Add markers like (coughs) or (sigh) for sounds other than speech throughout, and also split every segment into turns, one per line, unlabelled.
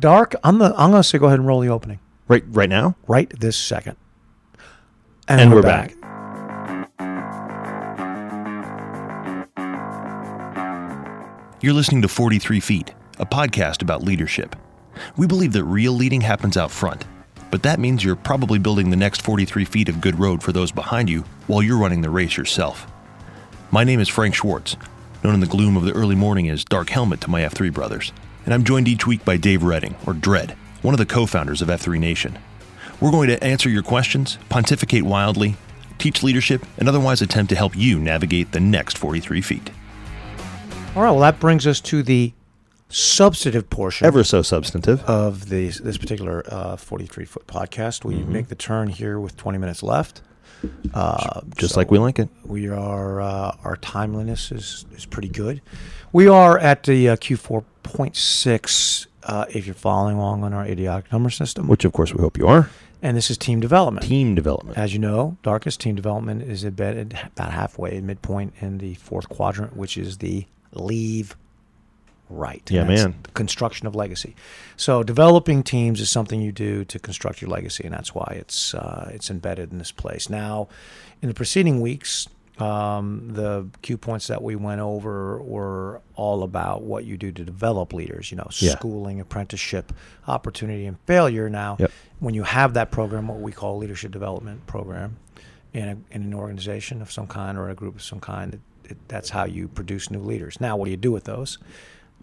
dark. I'm the. I'm gonna say go ahead and roll the opening
Right, right now.
right this second.
And we're back.
You're listening to 43 Feet, a podcast about leadership. We believe that real leading happens out front, but that means you're probably building the next 43 feet of good road for those behind you while you're running the race yourself. My name is Frank Schwartz, known in the gloom of the early morning as Dark Helmet to my F3 brothers, and I'm joined each week by Dave Redding, or Dread, one of the co founders of F3 Nation. We're going to answer your questions, pontificate wildly, teach leadership, and otherwise attempt to help you navigate the next 43 feet.
All right. Well, that brings us to the substantive portion
Ever so substantive.
of the, this particular uh, 43 foot podcast. We
Mm-hmm.
make the turn here with 20 minutes left. Uh,
just like we like it.
we are uh, our timeliness is is pretty good. We are at the uh, Q4.6 uh, if you're following along on our idiotic number system,
Which, of course, we hope you are.
and this is team development.
Team development.
As you know, darkest team development is embedded about halfway, midpoint in the fourth quadrant, which is the leave right.
Yeah,
That's
man.
the construction of legacy. So developing teams is something you do to construct your legacy, and that's why it's uh, it's embedded in this place. Now, in the preceding weeks, um, the cue points that we went over were all about what you do to develop leaders. You know,
Yeah.
schooling, apprenticeship, opportunity, and failure. Now,
Yep.
when you have that program, what we call leadership development program, in, a, in an organization of some kind or a group of some kind, it, it, that's how you produce new leaders. Now, what do you do with those?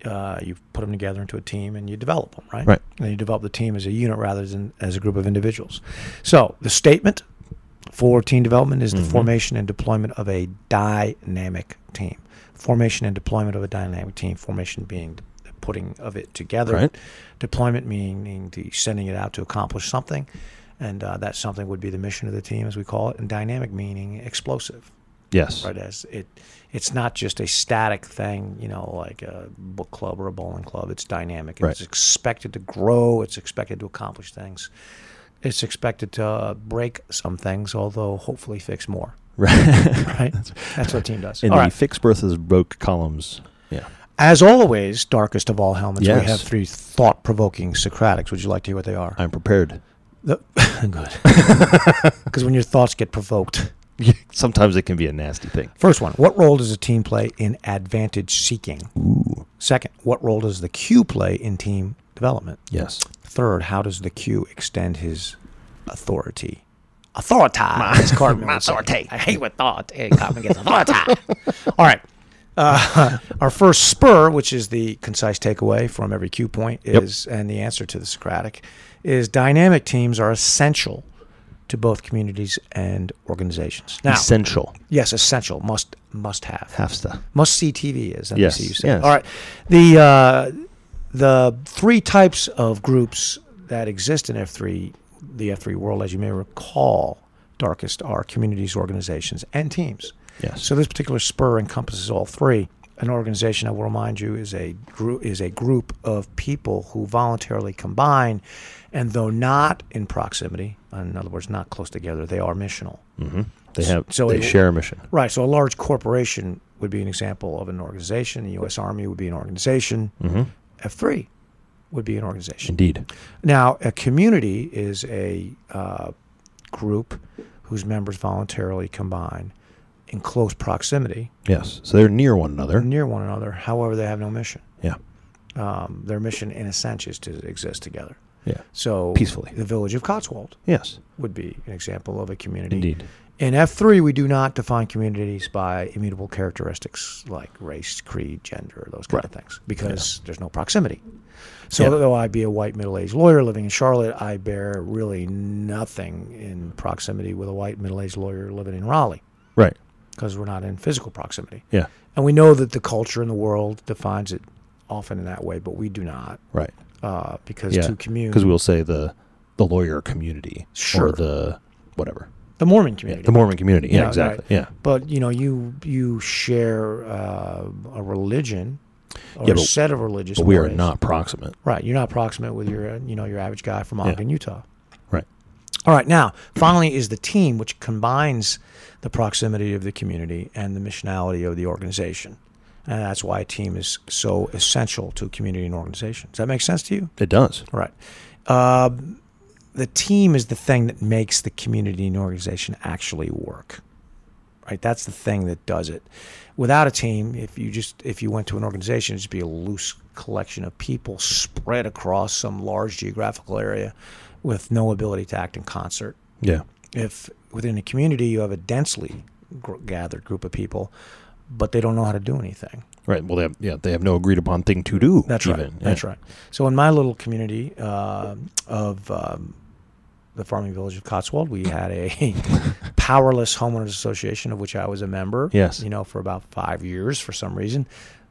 Uh, you put them together into a team and you develop them, right?
Right.
And you develop the team as a unit rather than as a group of individuals. So the statement for team development is the formation and deployment of a dynamic team. Formation and deployment of a dynamic team. Formation being the putting of it together.
Right.
Deployment meaning the sending it out to accomplish something, and uh, that something would be the mission of the team, as we call it. And dynamic meaning explosive.
yes.
Right. As it, it's not just a static thing, you know, like a book club or a bowling club. It's dynamic.
Right.
It's expected to grow. It's expected to accomplish things. It's expected to uh, break some things, although hopefully fix more. (laughs) (laughs) Right. That's what a team does.
(laughs) In
All
the
right.
fixed versus broke columns. Yeah.
As always, darkest of all helmets, we
Yes.
have three thought-provoking Socratics. Would you like to hear what they are?
I'm prepared.
The- (laughs) Good. (laughs)
(laughs)
Because when your thoughts get provoked.
Sometimes it can be a nasty thing.
First one, what role does a team play in advantage seeking? Second, what role does the Q play in team development?
Yes.
Third, how does the Q extend his authority? Authority. as Cartman would say. I hate what thought. eh, Cartman gets authority. All right. Uh, (laughs) our first spur, which is the concise takeaway from every Q point, is and the answer to the Socratic is dynamic teams are essential to both communities and organizations. Now,
Essential.
yes, essential, must must have.
Half stuff.
Must see TV is NBC.
Yes,
you said.
yes.
All right. The uh, the three types of groups that exist in F three, the F three world, as you may recall, darkest are communities, organizations, and teams.
Yes.
So this particular spur encompasses all three. An organization, I will remind you, is a group is a group of people who voluntarily combine, and though not in proximity, in other words, not close together, they are missional.
Mm-hmm. They have.
so
they
it-
share a mission.
Right. So a large corporation would be an example of an organization. The U.S. Army would be an organization. F3 would be an organization.
Mm-hmm. Indeed.
Now, a community is a uh, group whose members voluntarily combine in close proximity
Yes. So they're near one another.
near one another. However, they have no mission.
Yeah.
Um, their mission, in a sense, is to exist together.
Yeah.
So
Peacefully.
the village of Cotswold
Yes.
would be an example of a community.
Indeed.
In F3, we do not define communities by immutable characteristics like race, creed, gender, those kind of things, because there's no proximity. So,
Yeah.
though I be a white middle aged lawyer living in Charlotte, I bear really nothing in proximity with a white middle aged lawyer living in Raleigh
Right.
because we're not in physical proximity.
Yeah.
And we know that the culture in the world defines it often in that way, but we do not
Right.
uh, because
yeah.
to commune,
Because we'll say the the lawyer community
Sure.
or the whatever.
the Mormon
Yeah,
community.
the Mormon community. Yeah,
Yeah,
exactly.
right.
Yeah.
But you know, you you share uh, a religion or
Yeah,
a
but-
set of religious.
But we are
mores.
not proximate.
right. You're not proximate with your uh, you know your average guy from Ogden, Utah.
Right.
All right. Now, finally, is the team which combines the proximity of the community and the missionality of the organization. And that's why a team is so essential to a community and organization. Does that make sense to you?
It does.
Right. Uh, the team is the thing that makes the community and organization actually work. Right. That's the thing that does it. Without a team, if you just if you went to an organization, it'd just be a loose collection of people spread across some large geographical area with no ability to act in concert
Yeah.
if within a community you have a densely gr- gathered group of people, but they don't know how to do anything.
Right. Well, they have, yeah, they have no agreed upon thing to do.
That's right.
even. Yeah.
That's right. So in my little community uh, of um, the farming village of Cotswold,
(coughs)
we had a (laughs) powerless homeowners association of which I was a member.
Yes.
You know, for about five years for some reason.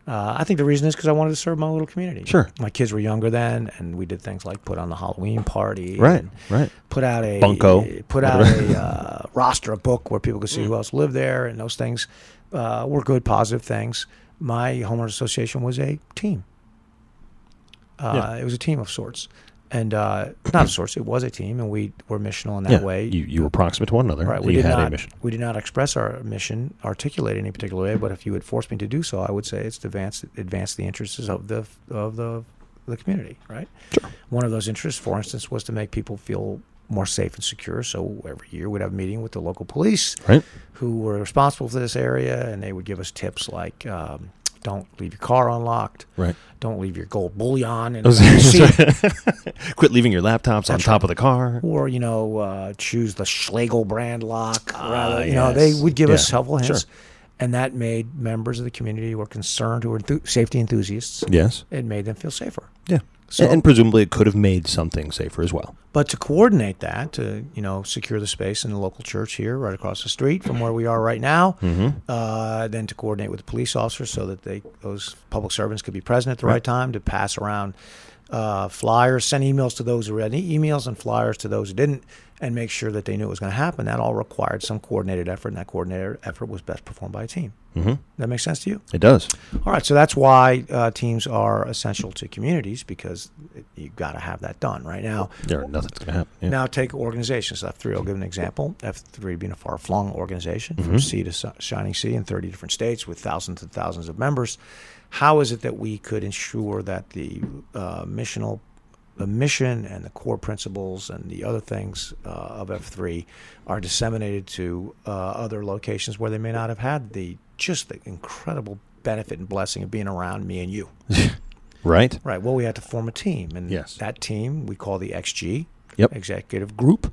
Uh, I think the reason is because I wanted to serve my little community.
Sure.
My kids were younger then, and we did things like put on the Halloween party.
Right.
and-
Right.
put out a
Bunko.
put out
(laughs)
a uh, roster, a book where people could see who else lived there, and those things uh, were good, positive things. My homeowners association was a team. Uh, It was a team of sorts, and uh, not of sorts. It was a team, and we were missional in that
Yeah.
way.
you you were proximate to one another.
right?
and
We
you
did
had
not.
a mission.
We did not express our mission, articulate in any particular way. But if you had forced me to do so, I would say it's to advance advance the interests of the of the the community, right?
Sure.
One of those interests, for instance, was to make people feel more safe and secure. So every year we'd have a meeting with the local police
Right.
who were responsible for this area, and they would give us tips like um, don't leave your car unlocked,
Right. (laughs)
don't leave your gold bullion in the seat, (laughs)
Quit leaving your laptops on top of the car.
or you know uh, choose the Schlegel brand lock. rather- you know, they
Ah, yes.
would give us
Yeah,
helpful hints,
sure.
and that made members of the community who were concerned, who were enthu- safety enthusiasts,
Yes.
it made them feel safer.
Yeah.
So-
and, and presumably it could have made something safer as well.
But to coordinate that, to you know, secure the space in the local church here, right across the street from where we are right now, uh, then to coordinate with the police officers so that they those public servants could be present at the right, time to pass around uh, flyers, send emails to those who read e- emails and flyers to those who didn't, and make sure that they knew it was going to happen. That all required some coordinated effort, and that coordinated effort was best performed by a team. Mm-hmm. That makes sense to you?
It does.
All right, so that's why uh, teams are essential to communities because it, you've got to have that done right now.
There, nothing's going to happen. Yeah.
Now take organizations. F3, I'll give an example. F3 being a far-flung organization from sea to si- shining sea in 30 different states with thousands and thousands of members. How is it that we could ensure that the uh, missional, the mission and the core principles and the other things uh, of F3 are disseminated to uh, other locations where they may not have had the just the incredible benefit and blessing of being around me and you.
Right.
Right. Well, we had to form a team, and
Yes.
that team we call the XG,
Yep.
Executive Group,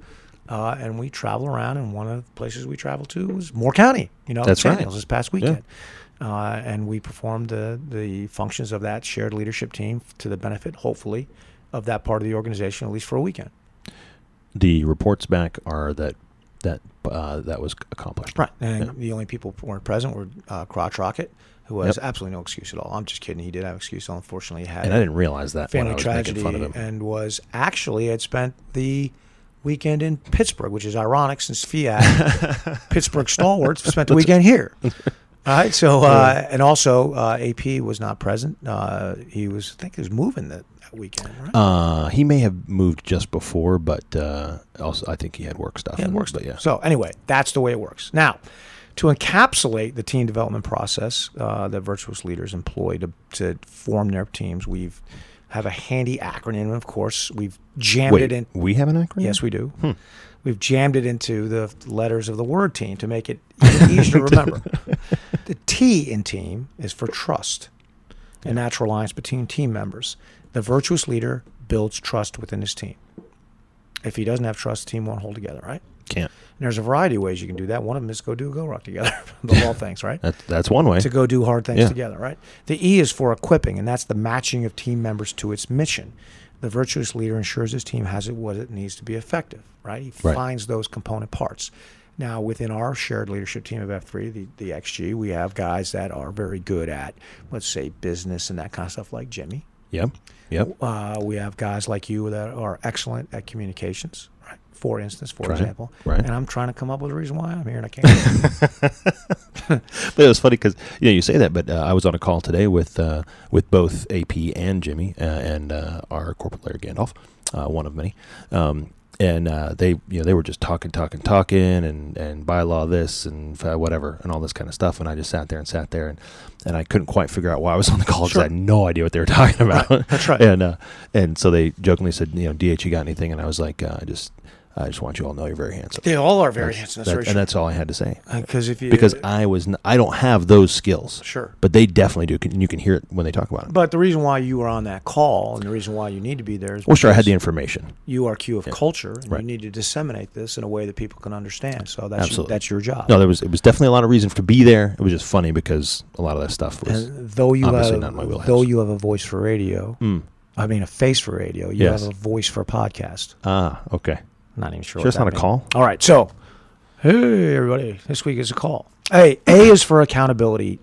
uh, and we travel around. And one of the places we traveled to was Moore County. You know,
That's
San
right.
Hills this past weekend, uh, and we performed the the functions of that shared leadership team to the benefit, hopefully, of that part of the organization at least for a weekend.
The reports back are that that uh, that was accomplished.
Right. And
Yeah.
the only people who weren't present were uh, Crotch Rocket, who has
Yep.
absolutely no excuse at all. I'm just kidding. He did have an excuse. Unfortunately, he had
And I didn't realize that when I
family
was
tragedy
making fun of him.
and was actually had spent the weekend in Pittsburgh, which is ironic since Fiat
(laughs)
Pittsburgh stalwarts spent the weekend here. All right, so uh, and also uh, AP was not present. Uh, he was, I think, he was moving that, that weekend. Right?
Uh, he may have moved just before, but uh, also I think he had work stuff.
Yeah, it works.
But yeah.
So anyway, that's the way it works. Now, to encapsulate the team development process uh, that virtuous leaders employ to, to form their teams, we've have a handy acronym. Of course, we've jammed
Wait,
it in.
we have an acronym.
Yes, we do. We've jammed it into the letters of the word team to make it even easier to remember. The T in team is for trust, a natural alliance between team members. The virtuous leader builds trust within his team. If he doesn't have trust, the team won't hold together, right?
can't.
And there's a variety of ways you can do that. One of them is go do a go rock together, (laughs) of all things, right?
That, that's one way.
to go do hard things
Yeah.
together, right? The E is for equipping, and that's the matching of team members to its mission. The virtuous leader ensures his team has it what it needs to be effective, right? He
Right.
finds those component parts. Now, within our shared leadership team of F3, the, the XG, we have guys that are very good at, let's say, business and that kind of stuff, like Jimmy.
Yep. (laughs) Yep.
Uh, we have guys like you that are excellent at communications, right? for instance, for
Right,
example.
right.
And I'm trying to come up with a reason why I'm here, and I
(laughs)
can't.
But it was funny because you know you say that, but uh, I was on a call today with uh, with both AP and Jimmy uh, and uh, our corporate layer Gandalf, uh, one of many, um, and uh, they you know they were just talking talking talking and and bylaw this and uh, whatever and all this kind of stuff and i just sat there and sat there and and i couldn't quite figure out why i was on the call because i had no idea what they were talking about
That's right.
(laughs) and uh, and so they jokingly said you know dh you got anything and i was like uh, i just i just want you all to know you're very handsome
They all are very handsome. That's
That-
very
and
true.
that's all i had to say
Because if you
because I was n- I don't have those skills.
Sure.
but they definitely do. Can, you can hear it when they talk about it.
But the reason why you were on that call and the reason why you need to be there is
well, sure, I had the
because
information.
you are Q of culture, and
Right.
you need to disseminate this in a way that people can understand. So that's
Absolutely.
that's your job.
No, there was it was definitely a lot of reason to be there. It was just funny because a lot of that stuff was
and though you
obviously
have
not in my wheelhouse.
though you have a voice for radio,
Mm.
I mean a face for radio, you
Yes.
have a voice for podcast.
ah okay.
I'm not even sure.
Sure,
what
it's not
that
a
means.
call.
All right, so hey everybody, this week is a call. Hey, A is for accountability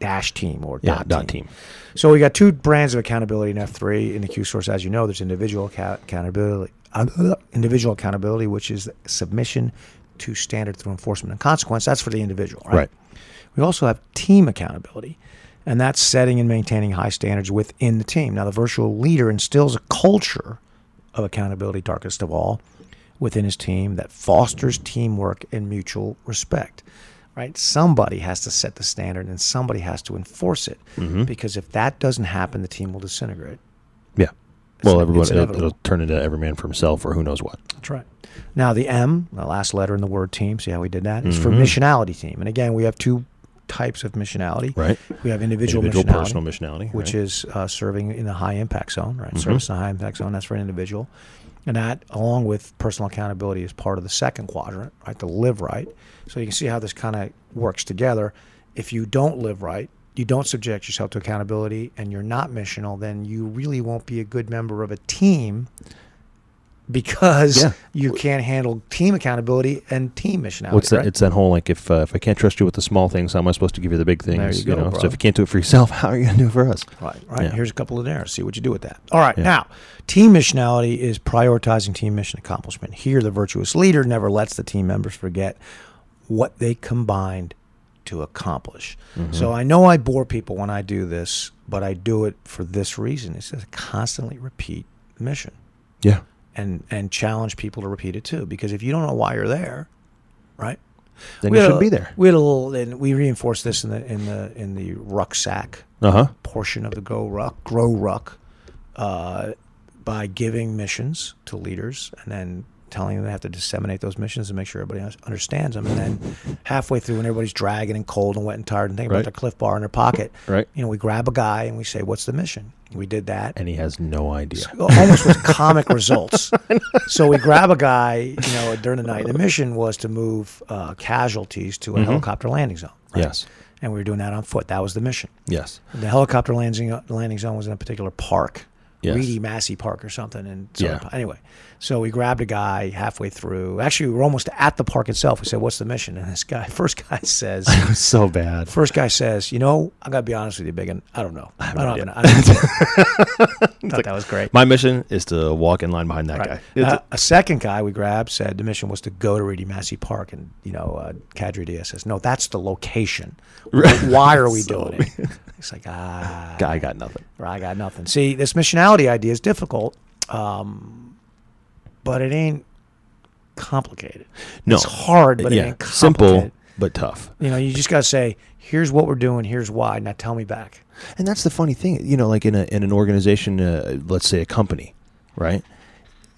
dash team or
Yeah,
dot,
dot team.
So we got two brands of accountability in F3 in the Q source. As you know, there's individual account- accountability, uh, individual accountability, which is submission to standard through enforcement and consequence. That's for the individual, right?
Right.
We also have team accountability, and that's setting and maintaining high standards within the team. Now, the virtual leader instills a culture of accountability, darkest of all, within his team that fosters teamwork and mutual respect. Right? Somebody has to set the standard and somebody has to enforce it
Mm-hmm.
because if that doesn't happen, the team will disintegrate.
Yeah. Well,
It's-
everyone
it's
it'll,
inevitable.
it'll turn into every man for himself or who knows what.
That's right. Now the M, the last letter in the word team, see how we did that? Is
Mm-hmm.
for missionality team. And again, we have two types of missionality.
Right.
We have individual,
Individual
missionality,
personal missionality,
which
right. Mm-hmm.
is uh, serving in the high impact zone, right? Service in the high impact zone. That's for an individual, and that, along with personal accountability, is part of the second quadrant, right? To live right. So you can see how this kind of works together. If you don't live right. You don't subject yourself to accountability and you're not missional, then you really won't be a good member of a team because
Yeah.
you can't handle team accountability and team missionality.
What's that?
right?
It's that whole like if uh, if I can't trust you with the small things, how am I supposed to give you the big things?
There you go,
know?
bro.
So if you can't do it for yourself, (laughs) how are you gonna do it for us?
Right, right.
Yeah.
Here's a couple of errors. See what you do with that. All right.
Yeah.
Now, team missionality is prioritizing team mission accomplishment. Here, the virtuous leader never lets the team members forget what they combined to accomplish.
Mm-hmm.
So I know I bore people when I do this, but I do it for this reason. It's just constantly repeat mission
Yeah.
and and challenge people to repeat it too. Because if you don't know why you're there, right?
Then
We
you
had
should
a-
be there.
We had a little, and we reinforced this in the in the in the rucksack
Uh huh.
portion of the Go Ruck, Grow Ruck, uh, by giving missions to leaders and then telling them they have to disseminate those missions and make sure everybody else understands them. And then halfway through, when everybody's dragging and cold and wet and tired and thinking
Right.
about their Cliff Bar in their pocket,
Right.
you know, we grab a guy and we say, "What's the mission?" We did that
And he has no idea.
almost with
(laughs)
comic results. So we grab a guy, you know, during the night. The mission was to move uh, casualties to a helicopter landing zone.
Mm-hmm. Yes.
And we were doing that on foot. That was the mission.
(laughs) Yes.
The helicopter landing landing zone was in a particular park,
Yes.
Reedy Massey Park or something. And
Yeah.
anyway, so we grabbed a guy halfway through. Actually, we were almost at the park itself. We said, "What's the mission?" And this guy, (laughs) first guy
(laughs)
says.
It was (laughs) so bad.
First guy says, "You know, I gotta be honest with you, Biggin. I don't know. I, don't have an
idea."
I don't (laughs)
(laughs)
Thought that was great.
My mission is to walk in line behind that
Right.
guy. It's-
Uh, a second guy we grabbed said the mission was to go to Reedy Massey Park, and you know, uh, Kadri Diaz says, "No, that's the location. Why are
(laughs)
we doing it?" It's like, ah,
guy got nothing.
I got nothing. See, this missionality idea is difficult, um, but it ain't complicated.
No,
It's hard, but it
yeah,
ain't
simple
complicated.
but tough.
You know, you just gotta say, "Here's what we're doing. Here's why." Now tell me back.
And that's the funny thing, you know, like in a in an organization, uh, let's say a company, right?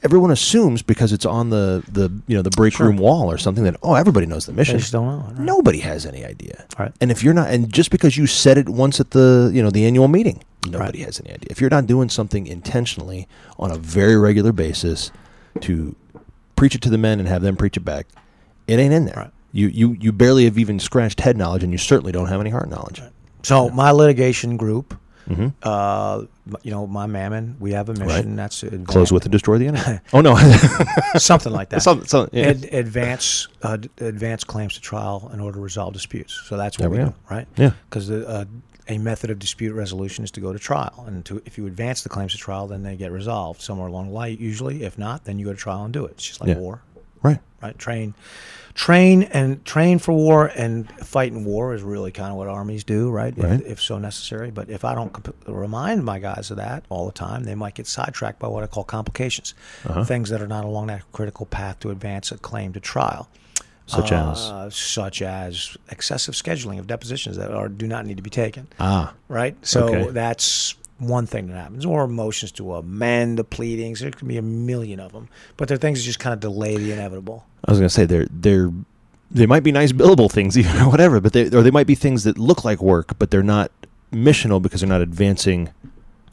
Everyone assumes because it's on the the you know the break room wall or something that oh everybody knows the mission.
just don't know it, right.
Nobody has any idea.
Right.
And if you're not, and just because you said it once at the you know the annual meeting, nobody has any idea. If you're not doing something intentionally on a very regular basis to preach it to the men and have them preach it back, it ain't in there.
Right.
You you you barely have even scratched head knowledge, and you certainly don't have any heart knowledge.
So my litigation group, uh, m- you know, my mammon, we have a mission.
Mm-hmm. Right.
That's advan-
Close with and destroy the enemy.
(laughs)
oh no, (laughs)
something like that.
Something- something, yeah.
Ad, advance uh, d- advance claims to trial in order to resolve disputes. So that's what
There
we
we
do,
go.
right?
Yeah.
Because uh, a method of dispute resolution is to go to trial, and to, if you advance the claims to trial, then they get resolved somewhere along the line. Usually, if not, then you go to trial and do it. It's just like
Yeah.
war.
Right.
right? Train, train, and train for war and fight in war is really kind of what armies do, right?
Right.
If, if so necessary. But if I don't comp- remind my guys of that all the time, they might get sidetracked by what I call complications,
Uh-huh.
things that are not along that critical path to advance a claim to trial.
Such as
Uh, such as excessive scheduling of depositions that are do not need to be taken
ah,
right? So
Okay.
that's one thing that happens, or motions to amend the pleadings. There can be a million of them, but there are things that just kind of delay the inevitable.
I was going to say they're they're they might be nice billable things (laughs) even or whatever, but they or they might be things that look like work, but they're not missional because they're not advancing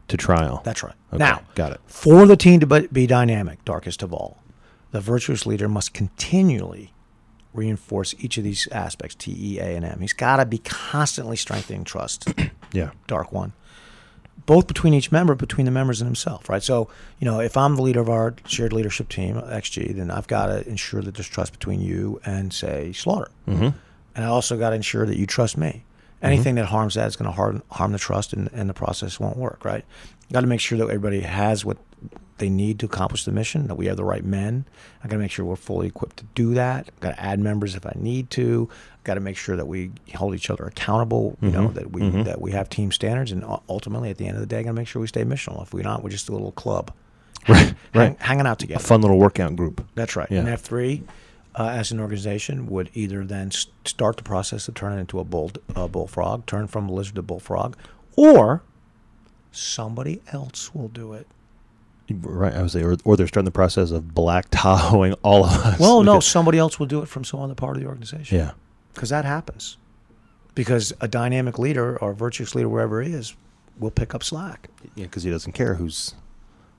to trial.
That's right.
Okay,
Now,
got it.
for the team to bu- be dynamic, darkest of all, the virtuous leader must continually reinforce each of these aspects T, E, A, and M. He's got to be constantly strengthening trust. (laughs)
Yeah.
dark one both between each member between the members and himself right so you know if i'm the leader of our shared leadership team xg then i've got to ensure that there's trust between you and say slaughter mm-hmm. and i also got to ensure that you trust me anything that harms that is going to harm, harm the trust and, and the process won't work right got to make sure that everybody has what they need to accomplish the mission that we have the right men i got to make sure we're fully equipped to do that got to add members if i need to got to make sure that we hold each other accountable you know that we that we have team standards and u- ultimately at the end of the day got to make sure we stay missional if we're not we're just a little club
Right.
hang,
Right.
hanging out together
Fun little workout group.
that's right
Yeah.
and f3 uh, as an organization would either then s- start the process to turn it into a bull a bullfrog turn from lizard to bullfrog or somebody else will do it
Right. I was say, or, or they're starting the process of black (laughs) Tahoeing all of us. (laughs)
Well, no,
Because-
somebody else will do it from some other part of the organization.
Yeah.
Because that happens. Because a dynamic leader or virtuous leader, wherever he is, will pick up slack.
Yeah, because he doesn't care who's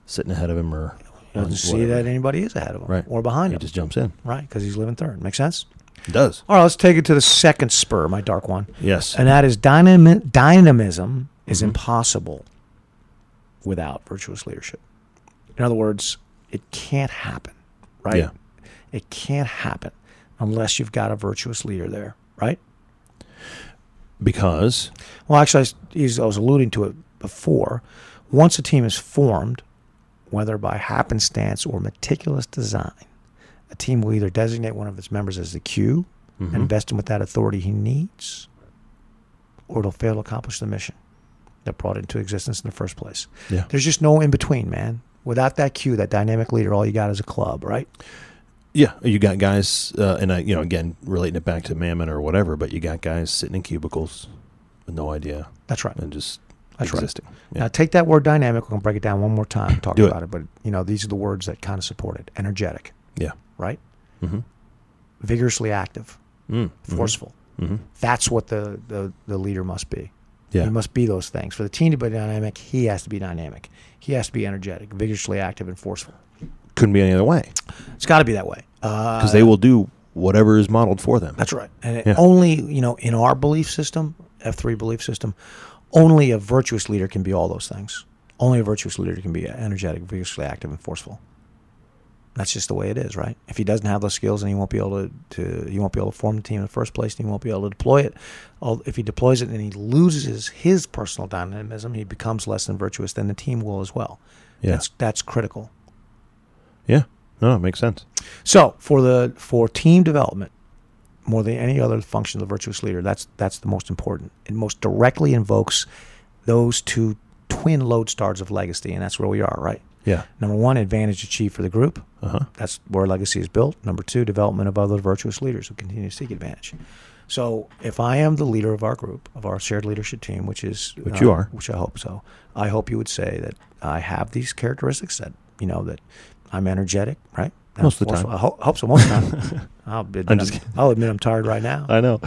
sitting ahead of him or
He doesn't see
whatever.
that anybody is ahead of him
Right.
or behind
He
him.
just jumps in.
right, because he's living third. Make sense?
does.
All right, let's take it to the second spur, my dark one.
Yes. Mm-hmm.
And that is dynam- dynamism is impossible without virtuous leadership. In other words, it can't happen, right?
Yeah.
It can't happen unless you've got a virtuous leader there, right?
because
Well, actually, I s- is- I was alluding to it before. Once a team is formed, whether by happenstance or meticulous design, a team will either designate one of its members as the Q
Mm-hmm.
and invest him with that authority he needs, or it'll fail to accomplish the mission that brought it into existence in the first place.
Yeah.
There's just no in between, man. Without that Q, that dynamic leader, all you got is a club, right?
Yeah, you got guys, uh, and I, you know, again, relating it back to Mammon or whatever, but you got guys sitting in cubicles with no idea
That's right.
and just
That's right.
existing.
Now take that word dynamic. We're gonna break it down one more time. and Talk
Do it.
about it. but you know these are the words that kind of support it: energetic,
Yeah.
right?
Mhm.
Vigorously active,
yeah. Mm.
forceful.
Mm-hmm.
That's what the, the the leader must be.
Yeah.
He must be those things. For the team to be dynamic, he has to be dynamic. He has to be energetic, vigorously active, and forceful.
Couldn't be any other way
It's got to be that way. Uh,
because they will do whatever is modeled for them.
That's right. And it
Yeah.
only, you know, in our belief system, F3 belief system, only a virtuous leader can be all those things. Only a virtuous leader can be energetic, vigorously active, and forceful. That's just the way it is, right? If he doesn't have those skills, and he won't be able to, to he won't be able to form the team in the first place, and he won't be able to deploy it. Al- If he deploys it and he loses his personal dynamism, he becomes less than virtuous. Then the team will as well.
Yeah.
That's that's critical.
Yeah. No, it makes sense.
So for the for team development, more than any other function of the virtuous leader, that's that's the most important. It most directly invokes those two twin lodestars of legacy, and that's where we are, right?
Yeah.
Number one, advantage achieved for the group.
Uh huh.
That's where legacy is built. Number two, development of other virtuous leaders who continue to seek advantage. So if I am the leader of our group, of our shared leadership team, which is uh,
Which you are.
which I hope so, I hope you would say that I have these characteristics that you know that I'm energetic, right?
Most of the
Also,
time.
I ho- hope so. Most of the
(laughs)
time. I'll admit, I'm
just kidding.
I'll admit I'm tired right now. (laughs)
I know.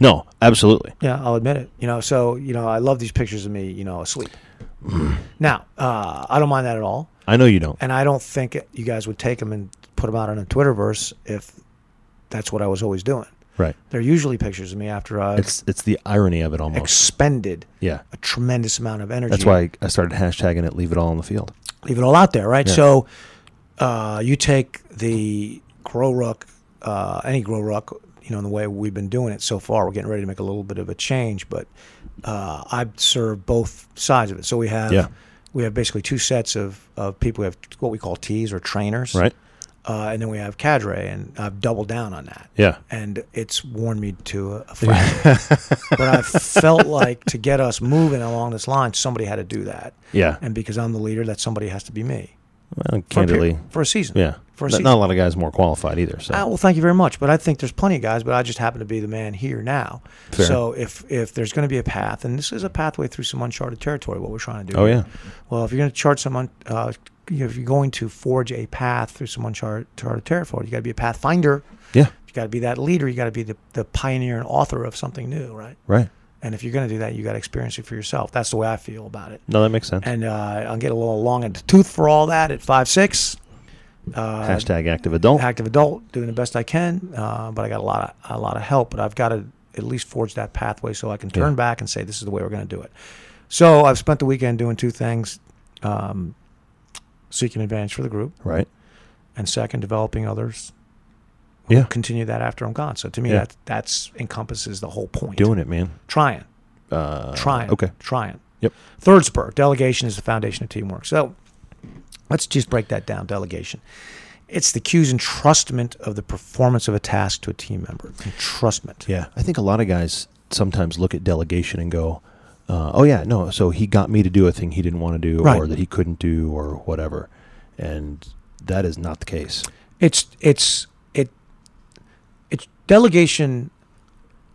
No, absolutely.
yeah, I'll admit it. You know, so you know, I love these pictures of me, you know, asleep.
Mm.
now, uh, I don't mind that at all
I know you don't.
and I don't think it- you guys would take them and put them out on a Twitterverse if that's what I was always doing.
Right.
They're usually pictures of me after I've
It's it's the irony of it almost.
expended
yeah.
a tremendous amount of energy.
That's why I started hashtagging it. Leave it all on the field.
leave it all out there, right?
Yeah.
So uh, you take the grow ruck, uh, any grow ruck, you know, in the way we've been doing it so far. We're getting ready to make a little bit of a change, but uh, I serve both sides of it. So we have
Yeah.
we have basically two sets of, of people. We have what we call T's or trainers,
Right.
Uh, and then we have cadre, and I've doubled down on that.
Yeah.
And it's worn me to
(laughs)
a, a fraction. but I felt like to get us moving along this line, somebody had to do that.
Yeah.
And because I'm the leader, that somebody has to be me.
Well,
For a peri-
candidly,
for a season.
yeah.
For a
Not,
season.
not a lot of guys more qualified either. So
Ah, well, thank you very much. But I think there's plenty of guys, but I just happen to be the man here now.
Fair.
So if if there's going to be a path, and this is a pathway through some uncharted territory, what we're trying to do.
oh yeah,
Well, if you're going to chart some, un, uh, you know, if you're going to forge a path through some uncharted territory, you got to be a pathfinder.
yeah,
You got to be that leader. You got to be the, the pioneer and author of something new, right?
right.
And if you're going to do that, you got to experience it for yourself. That's the way I feel about it.
No, that makes sense.
And uh, I'll get a little long in the tooth for all that at five six. Uh,
Hashtag active adult.
active adult, doing the best I can. Uh, but I got a lot of a lot of help. But I've got to at least forge that pathway so I can turn
Yeah.
back and say this is the way we're going to do it. So I've spent the weekend doing two things: um, seeking advantage for the group,
right.
and second, developing others.
Yeah.
Continue that after I'm gone. So to me,
Yeah.
that that's encompasses the whole point.
Doing it, man.
trying,
Uh,
trying,
Okay.
trying.
Yep.
Third spur, delegation is the foundation of teamwork. So let's just break that down. Delegation. It's the cues and trustment of the performance of a task to a team member. Entrustment.
Yeah, I think a lot of guys sometimes look at delegation and go, uh, "Oh yeah, no." So he got me to do a thing he didn't want to do, or
Right.
that he couldn't do, or whatever, and that is not the case.
It's it's it it's delegation.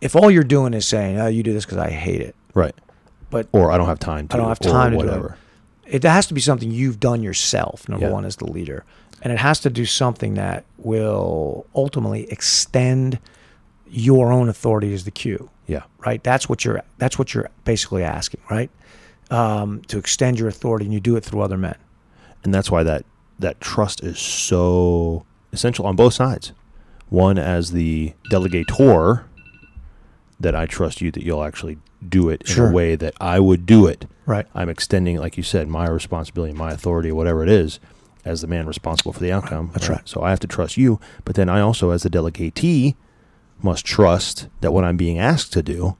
If all you're doing is saying, "Oh, you do this because I hate it,"
Right.
but
Or I don't have time to.
I don't have
or
time to do it.
whatever.
it has to be something you've done yourself. Number
Yeah.
one, as the leader, and it has to do something that will ultimately extend your own authority as the cue.
Yeah.
right? That's what you're. That's what you're basically asking, right? Um, to extend your authority, and you do it through other men.
and that's why that that trust is so essential on both sides. One as the delegator, that I trust you that you'll actually do it
Sure.
in a way that I would do it.
Right.
I'm extending, like you said, my responsibility, my authority, whatever it is, as the man responsible for the outcome.
That's right.
So I have to trust you, but then I also, as the delegatee, must trust that what I'm being asked to do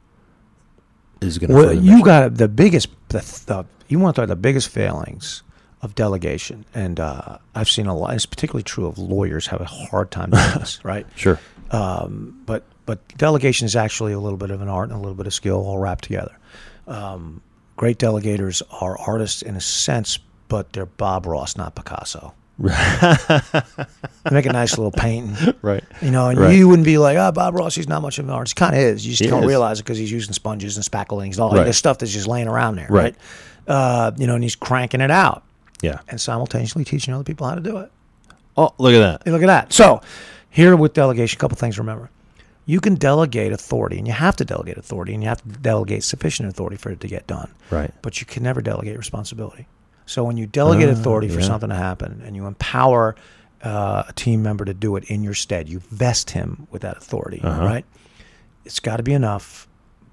is going to.
Well, you got the biggest. The, the you want to talk the biggest failings of delegation, and uh, I've seen a lot. It's particularly true of lawyers have a hard time doing this, right?
sure.
Um, but but delegation is actually a little bit of an art and a little bit of skill all wrapped together. Um, great delegators are artists in a sense, but they're Bob Ross, not
(laughs)
Picasso. they make a nice little painting,
Right.
you know, and
Right.
you wouldn't be like, oh, Bob Ross, he's not much of an artist. Kind of is. You just
He
don't
is.
realize it because he's using sponges and spacklings and all
Right.
this stuff that's just laying around there,
Right.
right? Uh, you know, and he's cranking it out
Yeah.
and simultaneously teaching other people how to do it.
Oh, look at that.
Hey, look at that. So, here with delegation, a couple things to remember. You can delegate authority, and you have to delegate authority, and you have to delegate sufficient authority for it to get done.
Right.
But you can never delegate responsibility. So, when you delegate authority for
Ah, yeah.
something to happen and you empower uh, a team member to do it in your stead, you vest him with that authority,
Uh-huh.
right? It's got to be enough,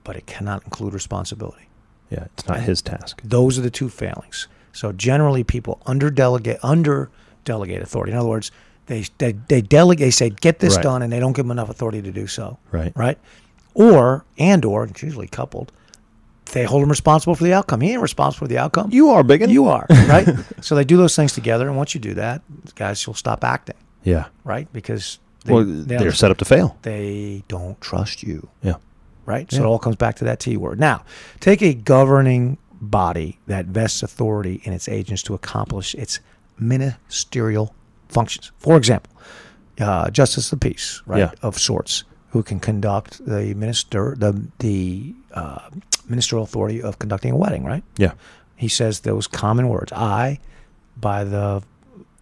but it cannot include responsibility
Yeah, it's not his task.
those are the two failings. So generally, people under delegate under delegate authority. In other words, they they, they delegate. They say get this
Right.
done, and they don't give them enough authority to do so.
Right.
Right. Or and or it's usually coupled. They hold him responsible for the outcome. He ain't responsible for the outcome.
You are big
you
(laughs)
are right. so they do those things together, and once you do that, guys will stop acting
Yeah.
right because they,
Well,
they,
they're set up to fail.
they don't trust you
Yeah.
right? So it all comes back to that T word. Now, take a governing body that vests authority in its agents to accomplish its ministerial functions. For example, uh, justice of the peace, right,
Yeah.
of sorts, who can conduct the minister the the uh, ministerial authority of conducting a wedding, right?
Yeah.
He says those common words. I, by the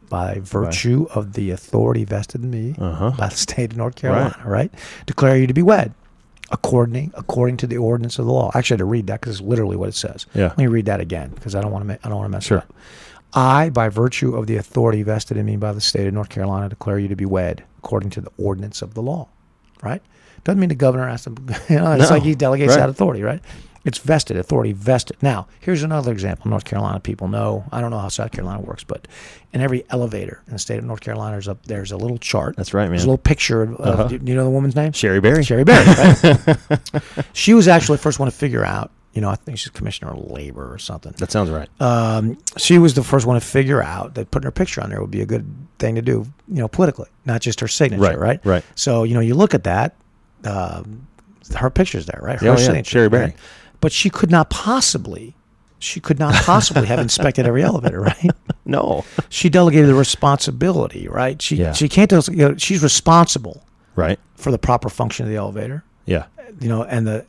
by virtue of the authority vested in me
Uh-huh.
by the state of North Carolina, right. Declare you to be wed, according according to the ordinance of the law. Actually, I had to read that because it's literally what it says.
Yeah.
Let me read that again because I don't want to. I don't want to mess
Sure.
it up. I, by virtue of the authority vested in me by the state of North Carolina, declare you to be wed according to the ordinance of the law. Right? Doesn't mean the governor has to. (laughs) You know, it's
No.
like he delegates
Right.
that authority, right? It's vested authority, vested. Now, here's another example. North Carolina people know. I don't know how South Carolina works, but in every elevator in the state of North Carolina, there's a there's a little chart.
That's right,
There's
man. Uh-huh.
a little picture of, of- do you know the woman's name?
Sherry Berry.
Sherry Berry. Right?
(laughs)
she was actually the first one to figure out. You know, I think she's commissioner of labor or something
That sounds right.
um, she was the first one to figure out that putting her picture on there would be a good thing to do, you know, politically, not just her signature,
Right,
right?
right.
So you know, you look at that, uh, her picture's there, right? Her
Yeah, oh, yeah,
signature,
Sherry Berry.
right? But she could not possibly, she could not possibly have inspected every elevator, (laughs) right?
No.
She delegated the responsibility, right? She
Yeah.
she can't. Just, you know, she's responsible
(laughs) Right.
for the proper function of the elevator,
Yeah.
you know, and the.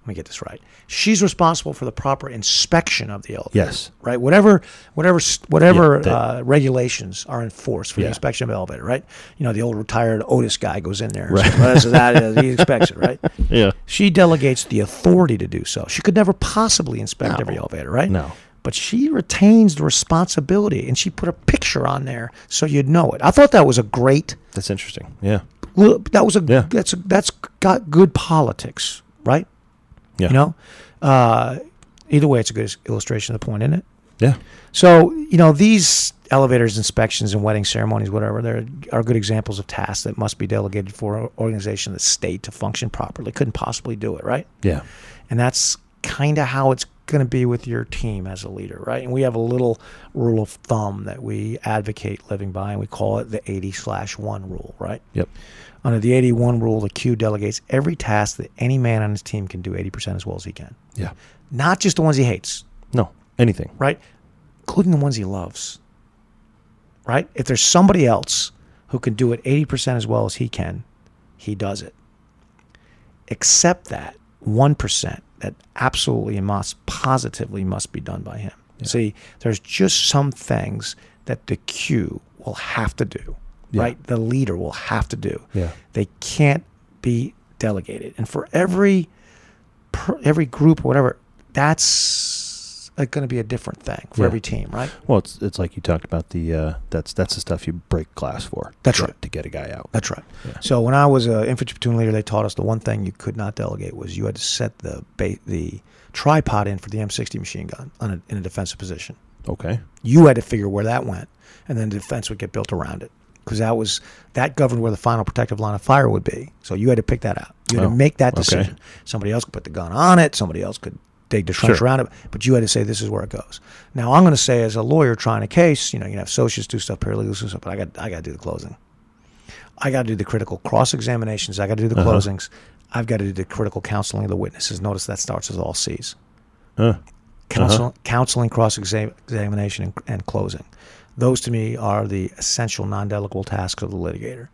Let me get this right. She's responsible for the proper inspection of the elevator
Yes.
right? Whatever, whatever, s- whatever
Yeah, that-
uh, regulations are enforced for the
Yeah.
inspection of elevator, right? You know, the old retired Otis guy goes in there. And
Right.
says, well, this is how it is.
(laughs)
He inspects it, right?
Yeah.
She delegates the authority to do so. She could never possibly inspect every elevator, right?
No.
But she retains the responsibility, and she put a picture on there so you'd know it. I thought that was a great.
That's interesting. Yeah.
Well, that was a
Yeah.
that's a, that's got good politics, right?
Yeah.
You know, uh, either way, it's a good illustration of the point, isn't it?
Yeah.
So, you know, these elevators, inspections, and wedding ceremonies, whatever, there are good examples of tasks that must be delegated for an organization, the state, to function properly. Couldn't possibly do it, right?
Yeah.
And that's kind of how it's going to be with your team as a leader, right? And we have a little rule of thumb that we advocate living by, and we call it the 80 slash 1 rule, right?
Yep.
Under the 81 rule, the Q delegates every task that any man on his team can do 80% as well as he can,
Yeah.
not just the ones he hates
No. Anything.
right? Including the ones he loves, right? If there's somebody else who can do it 80% as well as he can, he does it. Except that 1% that absolutely and must positively must be done by him. See, there's just some things that the Q will have to do,
Yeah.
right? The leader will have to do.
Yeah.
They can't be delegated. And for every per, every group or whatever, that's going to be a different thing for
Yeah.
every team, right?
Well, it's it's like you talked about the uh, that's that's the stuff you break glass for.
That's
to-
right.
To get a guy out.
That's right. So when I was an infantry platoon leader, they taught us the one thing you could not delegate was you had to set the ba- the tripod in for the M60 machine gun on a, in a defensive position.
Okay.
You had to figure where that went, and then the defense would get built around it because that was that governed where the final protective line of fire would be. So you had to pick that out. You had
Oh,
to make that
okay.
decision. Somebody else could put the gun on it. Somebody else could dig the trench
Sure.
around it. But you had to say this is where it goes. Now I'm going to say as a lawyer trying a case, you know, you can have associates do stuff, paralegals do stuff, but I got I got to do the closing. I got to do the critical cross examinations. I got to do the
Uh-huh.
closings. I've got to do the critical counseling of the witnesses. Notice that starts with all C's
Huh.
counsel,
Uh-huh.
counseling, cross examination, and, and closing. Those to me are the essential non delegable tasks of the litigator.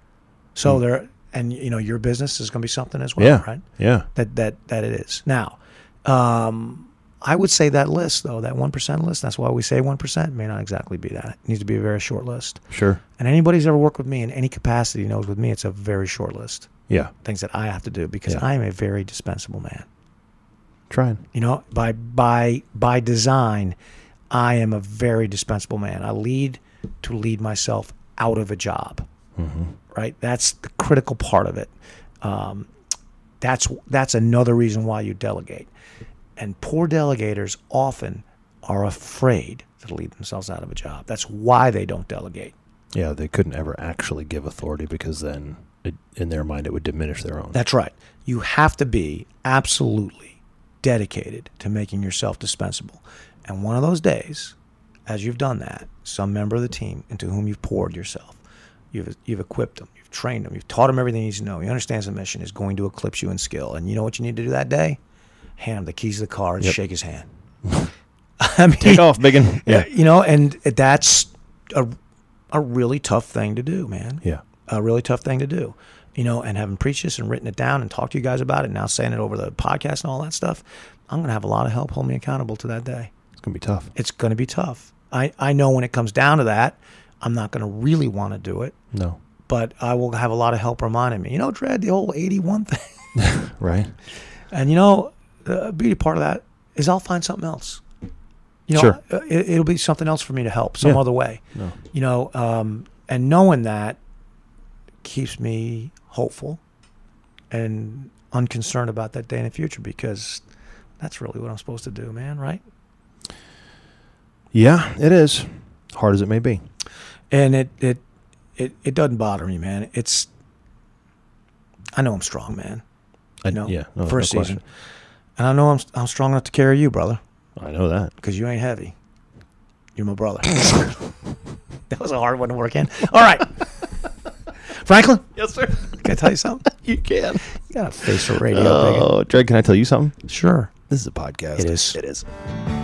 So there, and you know, your business is going to be something as well,
Hmm. yeah.
right?
Yeah.
That that that it is. Now, um, I would say that list though, that one percent list. That's why we say one percent may not exactly be that. It needs to be a very short list.
Sure.
And anybody who's ever worked with me in any capacity knows with me, it's a very short list.
Yeah.
Things that I have to do because
Yeah.
I am a very dispensable man
Trying.
you know by by by design i am a very dispensable man i lead to lead myself out of a job right that's the critical part of it um, that's that's another reason why you delegate and poor delegators often are afraid to lead themselves out of a job that's why they don't delegate
Yeah. They couldn't ever actually give authority because then it, in their mind it would diminish their own.
That's right. You have to be absolutely dedicated to making yourself dispensable. And one of those days, as you've done that, some member of the team into whom you've poured yourself, you've, you've equipped them, you've trained them, you've taught them everything he needs to know, he understands the mission, is going to eclipse you in skill. And you know what you need to do that day? Hand him the keys to the car and shake his hand. (laughs) I mean,
Take off,
(laughs)
Biggin.
yeah. you know, and that's a, a really tough thing to do, man
Yeah.
a really tough thing to do, you know, and having preached this and written it down and talked to you guys about it, and now saying it over the podcast and all that stuff, I'm going to have a lot of help hold me accountable to that day.
It's gonna be tough.
It's going to be tough. I, I know when it comes down to that, I'm not going to really want to do it,
No.
but I will have a lot of help reminding me, you know, Dred, the old 81 thing.
Right.
And, you know, the beauty part of that is I'll find something else. You know,
Sure.
uh, it, it'll be something else for me to help some
Yeah.
other way.
No.
You know, um, and knowing that keeps me hopeful and unconcerned about that day in the future because that's really what I'm supposed to do, man, right?
Yeah. It is hard as it may be.
And it it it, it doesn't bother me, man. It's I know I'm strong, man.
I,
You know,
yeah. No,
first
no
season, and I know I'm I'm strong enough to carry you, brother,
question. I know that.
because you ain't heavy. You're my brother. (laughs) That was a hard one to work in. All
(laughs)
right. Franklin,
Yes, sir.
can I tell you something?
You can.
You got a face for radio. bigot.
Oh, Dreg, can I tell you something?
Sure.
This is a podcast.
It is.
It is.